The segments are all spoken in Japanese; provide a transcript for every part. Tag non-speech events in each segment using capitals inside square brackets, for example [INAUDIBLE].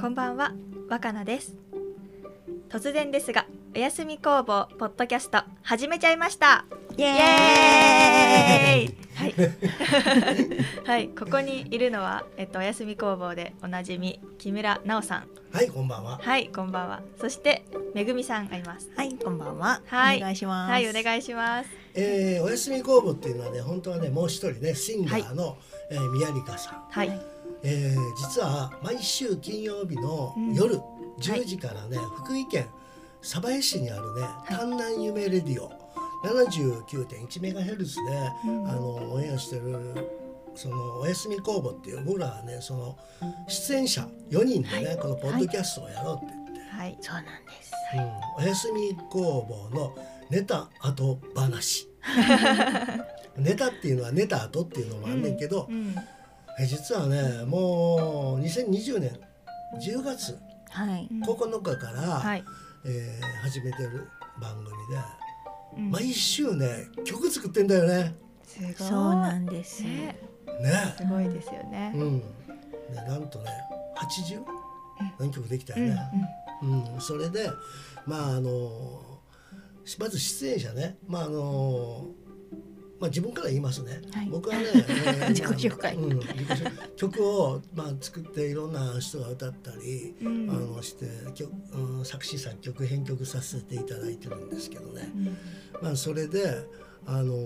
こんばんは若菜です突然ですがおやすみ工房ポッドキャスト始めちゃいましたイイエーイエーイはいはい [LAUGHS] ここにいるのはえっとおやすみ工房でおなじみ木村奈緒さんはい、こんばんは。はいこんばんはそしてめぐみさんがいますはい、こんばんは。はいお願いします。はいおい。願いしますえー、おやすみ工房っていうのはね、本当はね、もう一人ね、シンガーの、えー宮里香さん。はいえー、実は毎週金曜日の夜、10時からね、福井県鯖江市にあるね、丹南夢レディオ79.1メガヘルツで、あのオンエアしてるそのおやすみ工房っていう僕らはね、その出演者4人でね、このポッドキャストをやろうって言って。はいそうなんです。うんおやすみ工房のネタ後 [LAUGHS] 話ネタっていうのはネタ後っていうのもあんねんけど、うんえ実はねもう2020年10月はい。 9日から、はいえー始めてる番組でうん毎週ね曲作ってんだよね。すごいそうなんです。ねね。すごいですよねうん、でなんとね 80? 何曲できたよね。うん、それでまああのしまず出演者ねまああのまあ自分から言いますね、はい [LAUGHS] 僕はね、えー自己紹介うん、自己紹介曲を、まあ、作っていろんな人が歌ったり、うんうんあのして曲、うん、作詞作曲編曲させていただいてるんですけどね、まあ、それであの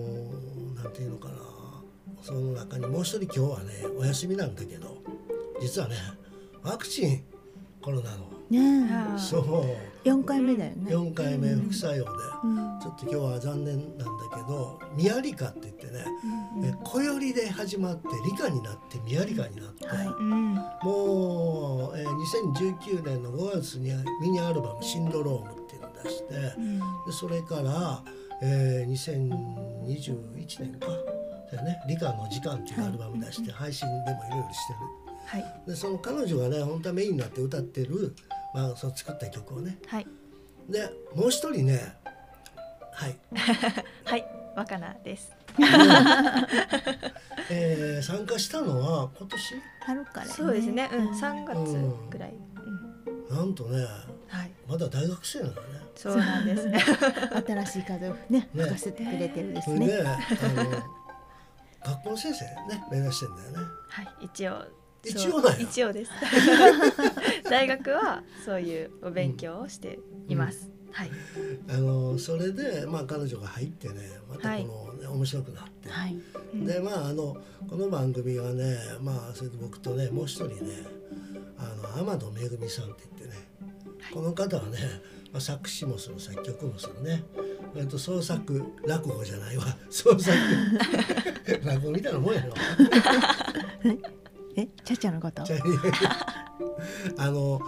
なんていうのかなその中にもう一人今日はねお休みなんだけど実はねワクチンコロナのねえ、そう。四回目だよね。 4回目副作用で、うんちょっと今日は残念なんだけど「ミアリカ」って言ってね、え小よりで始まって理科になってミアリカになって、はい。うんもう、えー2019年の5月にミニアルバム「シンドローム」っていうのを出してでうんそれから、えー2021年かだよね「理科の時間」っていうアルバム出して配信でもいろいろしてる。はいでその彼女がね本当はメインになって歌ってる、まあ、その作った曲をねはいでもう一人ねはいはい若菜ですえー参加したのは今年春から、ね。そうですねうん三三月ぐらいうんなんとねはいまだ大学生なのね。そうなんです [LAUGHS] ね新しい風をね、ね吹かせてくれてるんですそれね。で、あの学校の先生ね目指してんだよね。はい一応一応だよそう一応 [LAUGHS] です大学はそういうお勉強をしていますはいあのそれでまあ彼女が入ってねまたはいこの、ね面白くなって。はい。うんでまああのこの番組はねまあそれと僕とねもう一人ねあの天野めぐみさんって言ってね、はいこの方はね、まあ、作詞もする作曲もするね、えっと、創作落語じゃないわ [LAUGHS] 創作落語みたいなもんやろ。え、ちゃちゃのことち。ゃいあの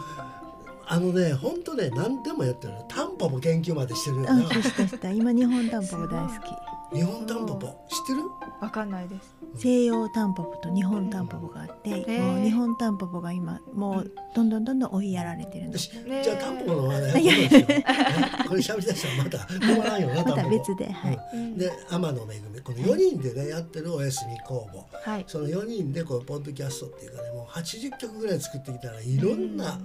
あのね本当ね何でもやってるのタンポポ研究までしてるようん、なそうしたした。今日本タンポポ大好き。日本タンポポ知ってるわかんないです西洋タンポポと日本タンポポがあって、へえもう日本タンポポが今もうどんどんどんどん追いやられてるのよ。しねじゃあタンポポの話題やってですよ。ねこれ喋り出したらまた止まらんよなまタたンポポ。別で、はい。うんで天野めぐみこの4人でねやってるおやすみ工房はいその4人でこうポッドキャストっていうかねもう80曲ぐらい作ってきたらいろんな、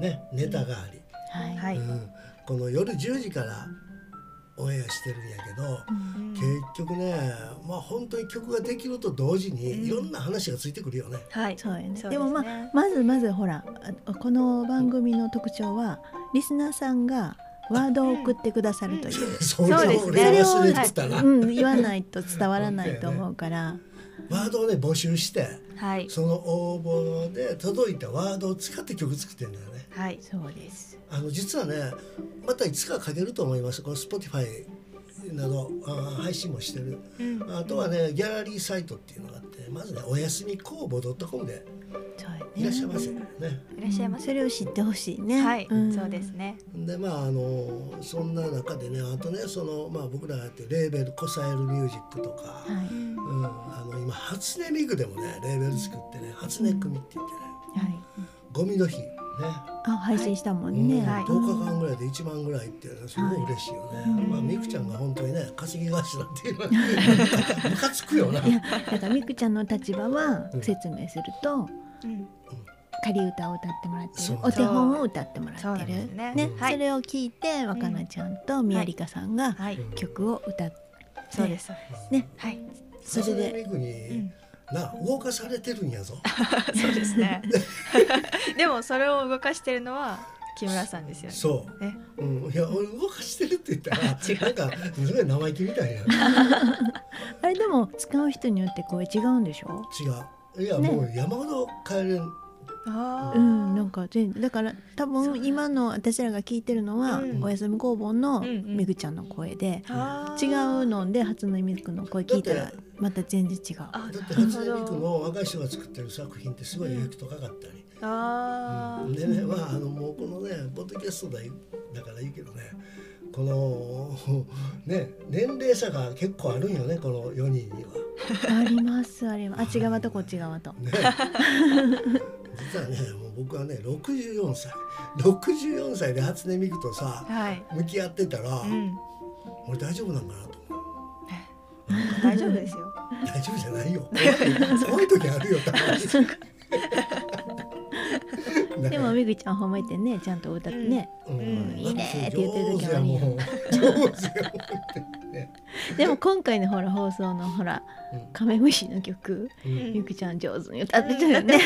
ねネタがあり、はい。はいうんこの夜10時からオンエアしてるんやけど、うん結局ねまあ本当に曲ができると同時うんにいろんな話がついてくるよね。はいそうよねそうですねでもまあまずまずほらあこの番組の特徴はリスナーさんがワードを送ってくださるという、 [LAUGHS] それをそう俺で忘すねれてたな、うん言わないと伝わらないと思うから、ワードをね募集してはいその応募で届いたワードを使って曲作ってんだよね。はいそうですあの実はねまたいつかかけると思いますこの Spotify などあー配信もしてるうんあとはねギャラリーサイトっていうのがあってまずねおやすみ工房 .com でそうよねいらっしゃいませねいらっしゃいまそせれを知ってほしいねはいんそうですねでまああのそんな中でねあとねその、まあ、僕らがやってるレーベルコサエルミュージックとか、はいうん、あの今初音ミクでもねレーベル作ってね初音組って言ってねはいゴミの日ね、あ配信したもうんんね、はい10日間ぐらいで1万ぐらいっていうのはすごい嬉しいよね、まあミクちゃんが本当にね稼ぎ頭っていうのはムカつくよないやだからみくちゃんの立場はうん説明すると、うん仮歌を歌ってもらってそうるお手本を歌ってもらそうなっんてでするね。ね、はいそれを聞いて若菜ちゃんと宮里香さんがはい、曲を歌って、そうですそうです。ね、はい、それでミクに、うん、な動かされてるんやぞそうです [LAUGHS] ね。でもそれを動かしてるのは木村さんですよね。そね、う、うん、いや俺動かしてるって言ったら違うなんかすごい生意気みたいやあれでも使う人によって声違うんでしょ違ういや、ねもう山ほど帰れんああ、うん、なんか全だから多分今の私らが聞いてるのは「うんおやすみ工房」のうんうんみぐちゃんの声で、あー違う。ので初音ミクの声聞いただっらてまた全然違う。あ、だってなるほ初音ミクど。の若い人が作ってる作品ってすごい勇気とかかったり、ああ、でねまああのもうこのねポッドキャストだだからいいけどねこの [LAUGHS] ね年齢差が結構あるんよねこの4人には。ありますあります。あ違うとこ違うと。 [LAUGHS] ね、実はねもう僕はね64歳64歳で初音ミクとさはい。向き合ってたら、うん、俺大丈夫なんかなと [LAUGHS] 思う大丈夫ですよ。大丈夫じゃない [LAUGHS] よ怖い怖い時あるよた [LAUGHS] まに。でもみぐちゃん褒めてねちゃんと歌ってね。うんうんいいねって言ってる時もあるよ上手やもん上手やもんでも今回のほら放送のほら「カメムシ」の曲うんうんうんみぐちゃん上手に歌ってたよね。だね。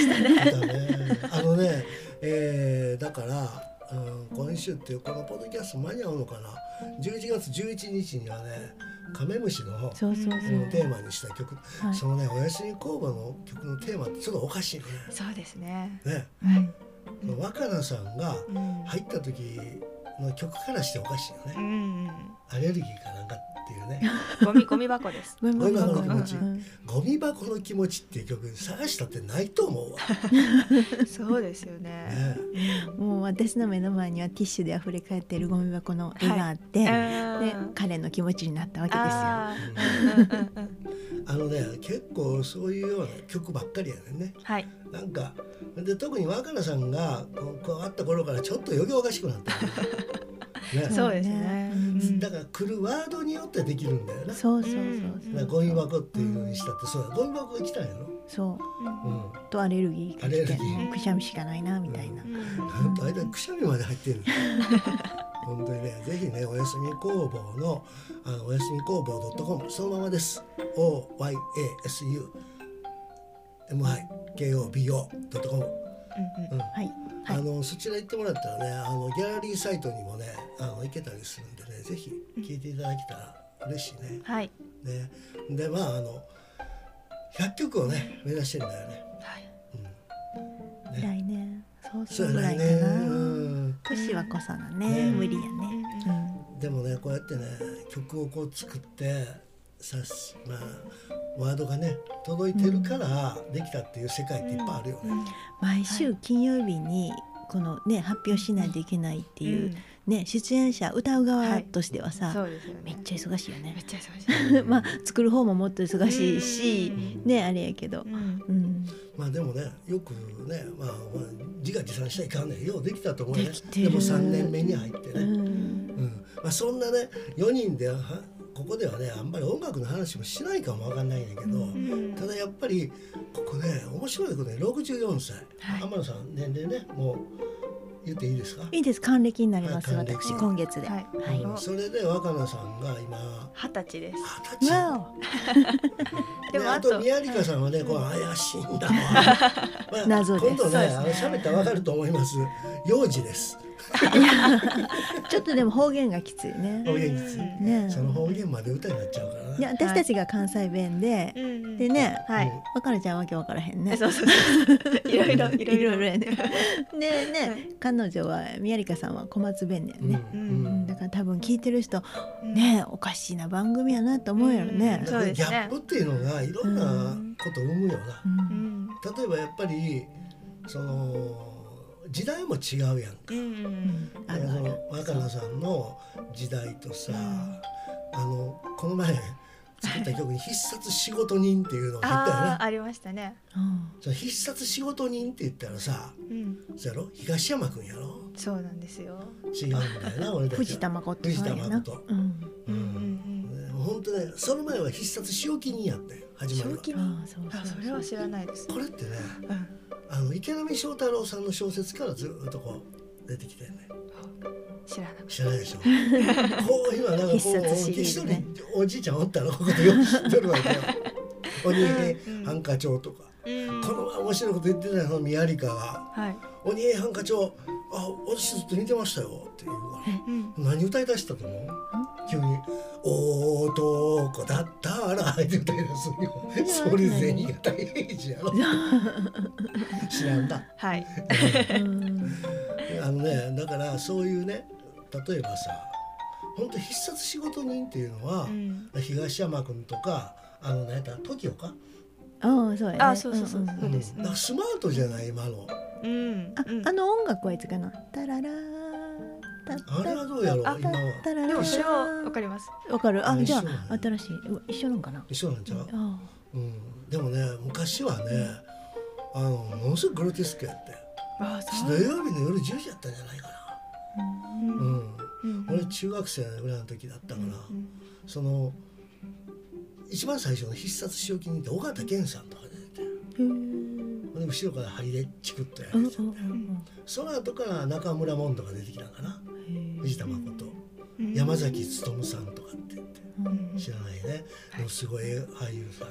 あのね、えー、だから、うん、今週っていうこのポッドキャスト間に合うのかな。11月11日にはね、カメムシのあそうそうそう。のテーマにした曲、はいそのね、おやすみ工房の曲のテーマってちょっとおかしいね。そうですね。ね、はい。その若菜さんがうん。入った時の曲からしておかしいようね。ん、うん。アレルギーかなんかっていう [LAUGHS] ね、ゴミゴミ箱です。ごめんゴミ箱の気持ちうんゴミ箱の気持ちっていう曲探したってないと思うわ。そうですよね。ね、もう私の目の前にはティッシュで溢れ返っているゴミ箱の絵があっでて、で彼の気持ちになったわけですよ。あーうんうんうんうんあのね、結構そういうような曲ばっかりやねんね。はい。なんかで特に若菜さんがこうこう会った頃からちょっと余計おかしくなった、ねそうですね。うんだから来るワードによってできるんだよなだかそうそうそううそらう。ゴミ箱っていうのにしたってそうだゴミ箱が来たんやろ、そううんん、とアレルギーがアレ来ルギてーもうくしゃみしかないなみたいな。なんと間にくしゃみまで入ってる本当にねぜひねおやすみ工房のあのおやすみ工房 .com そのままです OYASUMIKOBO.com うんはいあはいのそちら行ってもらったらねあのギャラリーサイトにもねあの行けたりするんでねぜひ聞いていただけたら嬉しいね。はい。ねでまああの100曲をね目指してんだよね。来年そうそそううぐやらいねかな。うん年はこそだねね無理やね。うはんでもねこうやってね曲をこう作ってさしまあワードがね届いてるからできたっていう世界っていっぱいあるよね。毎週金曜日にこのね発表しないといけないってい。いうね出演者歌うは側いとしてはさそうですよね。めっちゃ忙しいよね [LAUGHS] め。っちゃ忙しい。まあ作る方ももっと忙しいしうんねあれやけどうんうんまあでもねよくね、まあ、まあ自画自賛したらいかんねんようできたと思うねできてでるも3年目に入ってうね、んうんまあ、そんなね4人ではここではねあんまり音楽の話もしないかもわかんないんだけど、うんただやっぱりここね面白いことね64歳、はい天野さん年齢ねもう言っていいですかいいです還暦になりますはい還暦私今月でははいいうんそれで若菜さんが今二十歳です。二十歳。わででもああとと宮里香さんはね、こう怪しいんだわ。まあ謎です今度そうね、ですねあの喋ったらわかると思います。幼児です。おちょっとでも方言がきついね方言きついうんねその方言まで歌になっちゃうからでね。私たちが関西弁でうんで。ねはい。わかるちゃんわけわからへんねそうそう [LAUGHS] そう。いろいろいいろいろいろろ。やねではね彼女は宮里香さんは小松弁だようんねううんだから多分聞いてる人うんねおかしいな番組やなと思うやろねそうですねギャップっていうのがいろんなことを生むう。よなうんん例えばやっぱりその時代も違うやんか。うんあだるからあるその若菜さんの時代とさ、あのこの前作った曲に必殺仕事人っていうのが入ったよあなあ。ありましたね。うんその必殺仕事人って言ったらさ、うんそやろ東山君やろそうなんですよ。違うんだよな俺たちは藤田誠さんやな藤田誠うんううんうんんねほんとねその前は必殺仕置人やってうん。始正まるわ気に。ああそうあそうそれは知らないです。これってねうんあの池波正太郎さんの小説からずっとこう出てきてね知らなかっ知らないでしょこう今なんかこう必殺シリー一ズ人ねおじいちゃんおったらここでよく知ってるわけよ「鬼うん平ハンカチョウ」とか、た、うんこの前面白いこと言ってたよその宮里香がはい、 「鬼平ハンカチョウあ私ずっと似てましたよ」っていうからうん、何歌い出したと思う急に「男だったら」って歌い出すんよ何それ全員が大変じやろ知らんなはい、うんあのねだからそういうね例えばさ本当必殺仕事人っていうのは、うん、東山君とかあのねだ TOKIO か、ああそうやねあそうそうそうそうんうです、だからスマートじゃない今のうん、あうんあの音楽はいつかなタララタッタあれはどうやろうあ今はタララでもそれはわわかります。かるああじゃ一緒なんあや新しいうわ一緒なんかな一緒なんちゃう、あうん、でもね昔はねあのものすごくグロテスクやってああ、土そう。曜日の夜10時やったんじゃないかうな、ん、うん、うん、俺中学生ぐらいの時だったから、うんその一番最初の必殺仕置き人って尾形健さんとか出ててーへーで後ろから針でチクってやうんうんるうんうんその後から中村もんとか出てきたんかなへー藤田誠うん山崎努さんとかって言ってうん知らないねはいでもすごい俳優さ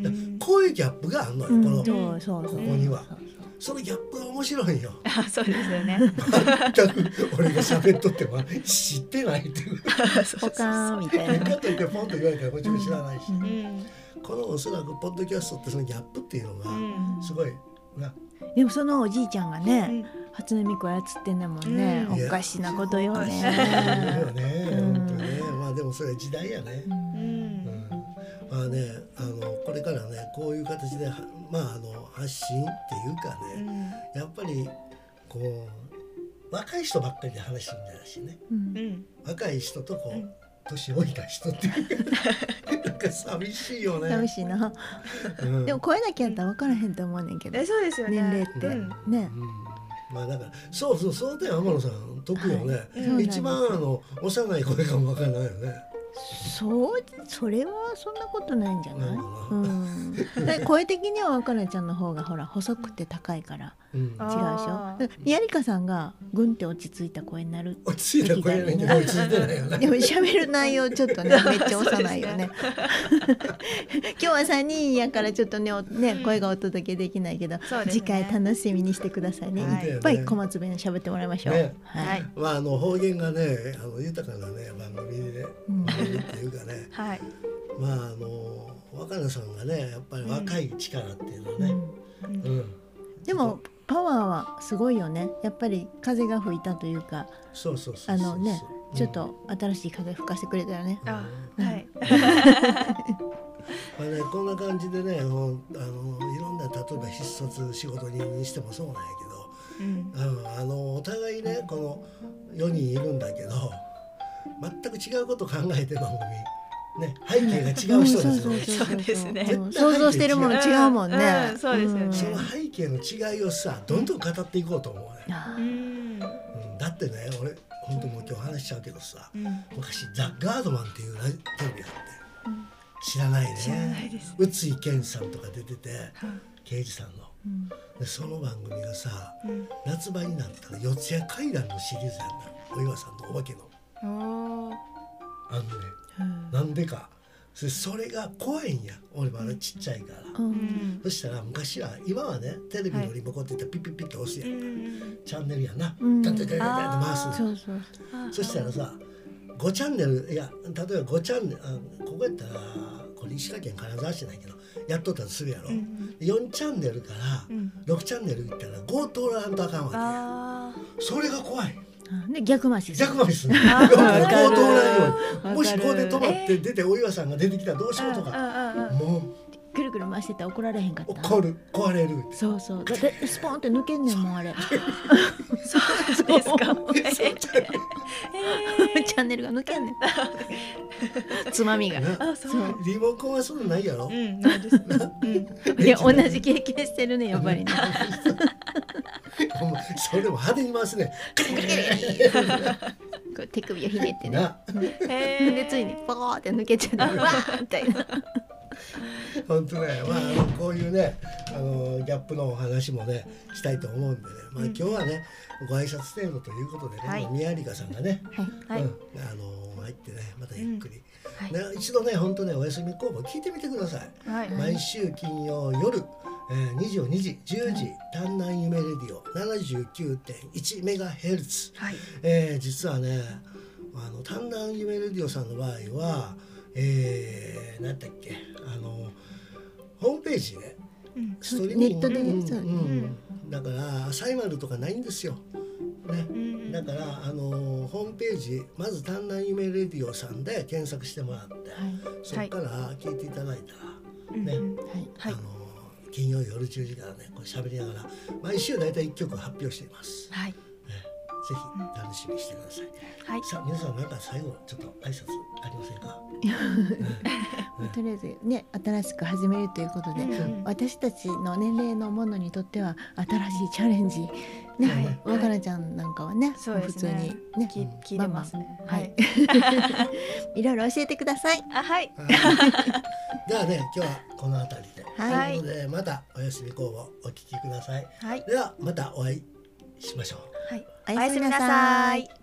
んうがだんこういうギャップがあるのようんこのそうそうそうここにはそのギャップが面白いんよあ、そうですよね。全く俺が喋っとっても知ってないっていうそうそポうカそうーンみたいなかといってポンと言われたらこっちも知らないしうんうん、このおそらくポッドキャストってそのギャップっていうのがうんすごいなでもそのおじいちゃんがうねん、初音ミク操ってんだもんねうんおかしなことよおかしなことよねねうん本当にねまあでもそれは時代やねう、うん、うんん、まあねあのこれからねこういう形ではまああの発信っていうかうねん、やっぱりこう若い人ばっかりで話すんじゃないしねうんうん、若い人とこううん年老いた人っていうなんか寂しいよね寂しいなうんでも声だけやったら分からへんと思うねんけどえ、そうですよね。年齢ってうんねうんまあだからそうそうその点天野さん得よいね、そうなんです一番あの幼い声がわからないよねそうそれはそんなことないんじゃない、ないかなうん、で声的には若菜ちゃんの方がほら細くて高いからうんあ違うでしあーょでやりかさんがぐんって落ち着いた声になる落ち着いた声ないんで落ち着いてないよでねも喋る内容ちょっ [LAUGHS] とねめっちゃ幼いよね今日は3人やからちょっとねおねうん声がお届けできないけど、そうですね次回楽しみにしてくださいね、はいい、っぱい小松弁喋ってもらいましょう、ねははいい、まああの方言がねあの豊かなね番組でうん番組っていうかねはい、まああの若菜さんがねやっぱり若い力っていうのはね、うんうんでもパワーはすごいよねやっぱり風が吹いたというかそうそうそうそうあのねうんちょっと新しい風吹かせてくれたよね、あ、はい、まあね、こんな感じでねあのあのいろんな例えば必殺仕事人にしてもそうなんやけどうん、うん、あのお互いねこの4人いるんだけど全く違うこと考えてる番組、ね、背景が違う人ですよ、んそうですねん想像してるもん違うもんねう。んそうですよねその背景の違いをさどんどん語っていこうと思うね、あうーん、うん、だってね俺本当もう今日話しちゃうけどさうん、昔「ザ・ガードマン」っていうラジテレビがうあって、ん知らないね知らないです宇津井健さんとか出ててはい刑事さんのうんでその番組がさうん、夏場になったら四谷怪談のシリーズやんなお岩さんとお化けのおーあのねなんでかそれそれが怖いんや俺まだちっちゃいから、ううんん、そしたら昔は今はねテレビのリモコンって言ったらピッピッピッて押すや、うんん、チャンネルやな、うんダンダンダンダンダンって回すあのーそうそうそしたらさ5チャンネルいや例えば5チャンネルあここやったらこれ石川県金沢市ないけどやっとったとするやろ、うん、 4チャンネルからうん、 6チャンネル行ったら強盗らんとあかんわあーけやそれが怖いそう。で逆回しする逆回りするのあ強ー盗わかるらんようにもしわかるここで止まって出てお岩さんが出てきたらどうしようとかうんうんうんもうくるくる回してたら怒られへんかった。怒る壊れるってそうそう。だってスポンって抜けんねんもんあれ。そうですか。そうちゃうえーチャンネルが抜けんねん。つまみが。なあ、そう。リモコンはそんなないやろ、うん、ないです。うん、で同じ経験してるねやっぱりね。ほんまそれでも派手に回すねこう手首をひねってね。なえーでついにポコーって抜けちゃう。わーみたいな。本当ね、まあ、あのこういうねあのギャップのお話もねしたいと思うんでね、まあ、うん今日はね、ご挨拶程度ということでね、はいまあ宮里香さんがね、はいうん、あの入ってねまたゆっくり、はいね、一度ね本当ねお休み工房聞いてみてください。はい毎週金曜夜、えー、22時10時「丹南夢レディオ」79.1メガヘルツ、はいえー、実はねあの丹南夢レディオさんの場合は、えー、なんだっけあのホームページで、ね、うんストリーミンネットグでねうんそううんだからサイマルとかないんですよ。ねう、んだから、あのホームページまず「丹南夢レディオ」さんで検索してもらって、そこから聞いていただいたら。うんねうんはいはあいの金曜夜10時からねこう喋りながら毎週大体1曲発表しています、はいね、ぜひ楽しみにしてください、はいさあ皆さんなんか最後ちょっと挨拶ありません [LAUGHS] かとりあえずね新しく始めるということで、うん私たちの年齢のものにとっては新しいチャレンジね、はい若菜ちゃんなんかはね、そうで普す通ねにねき聞いてますねははいいいろいろ教えてくださいあはいはいではね今日はこの辺りで、はいということでまたおやすみ工房お聞きくださいはいではまたお会いしましょうはいおおややすすみみななささいい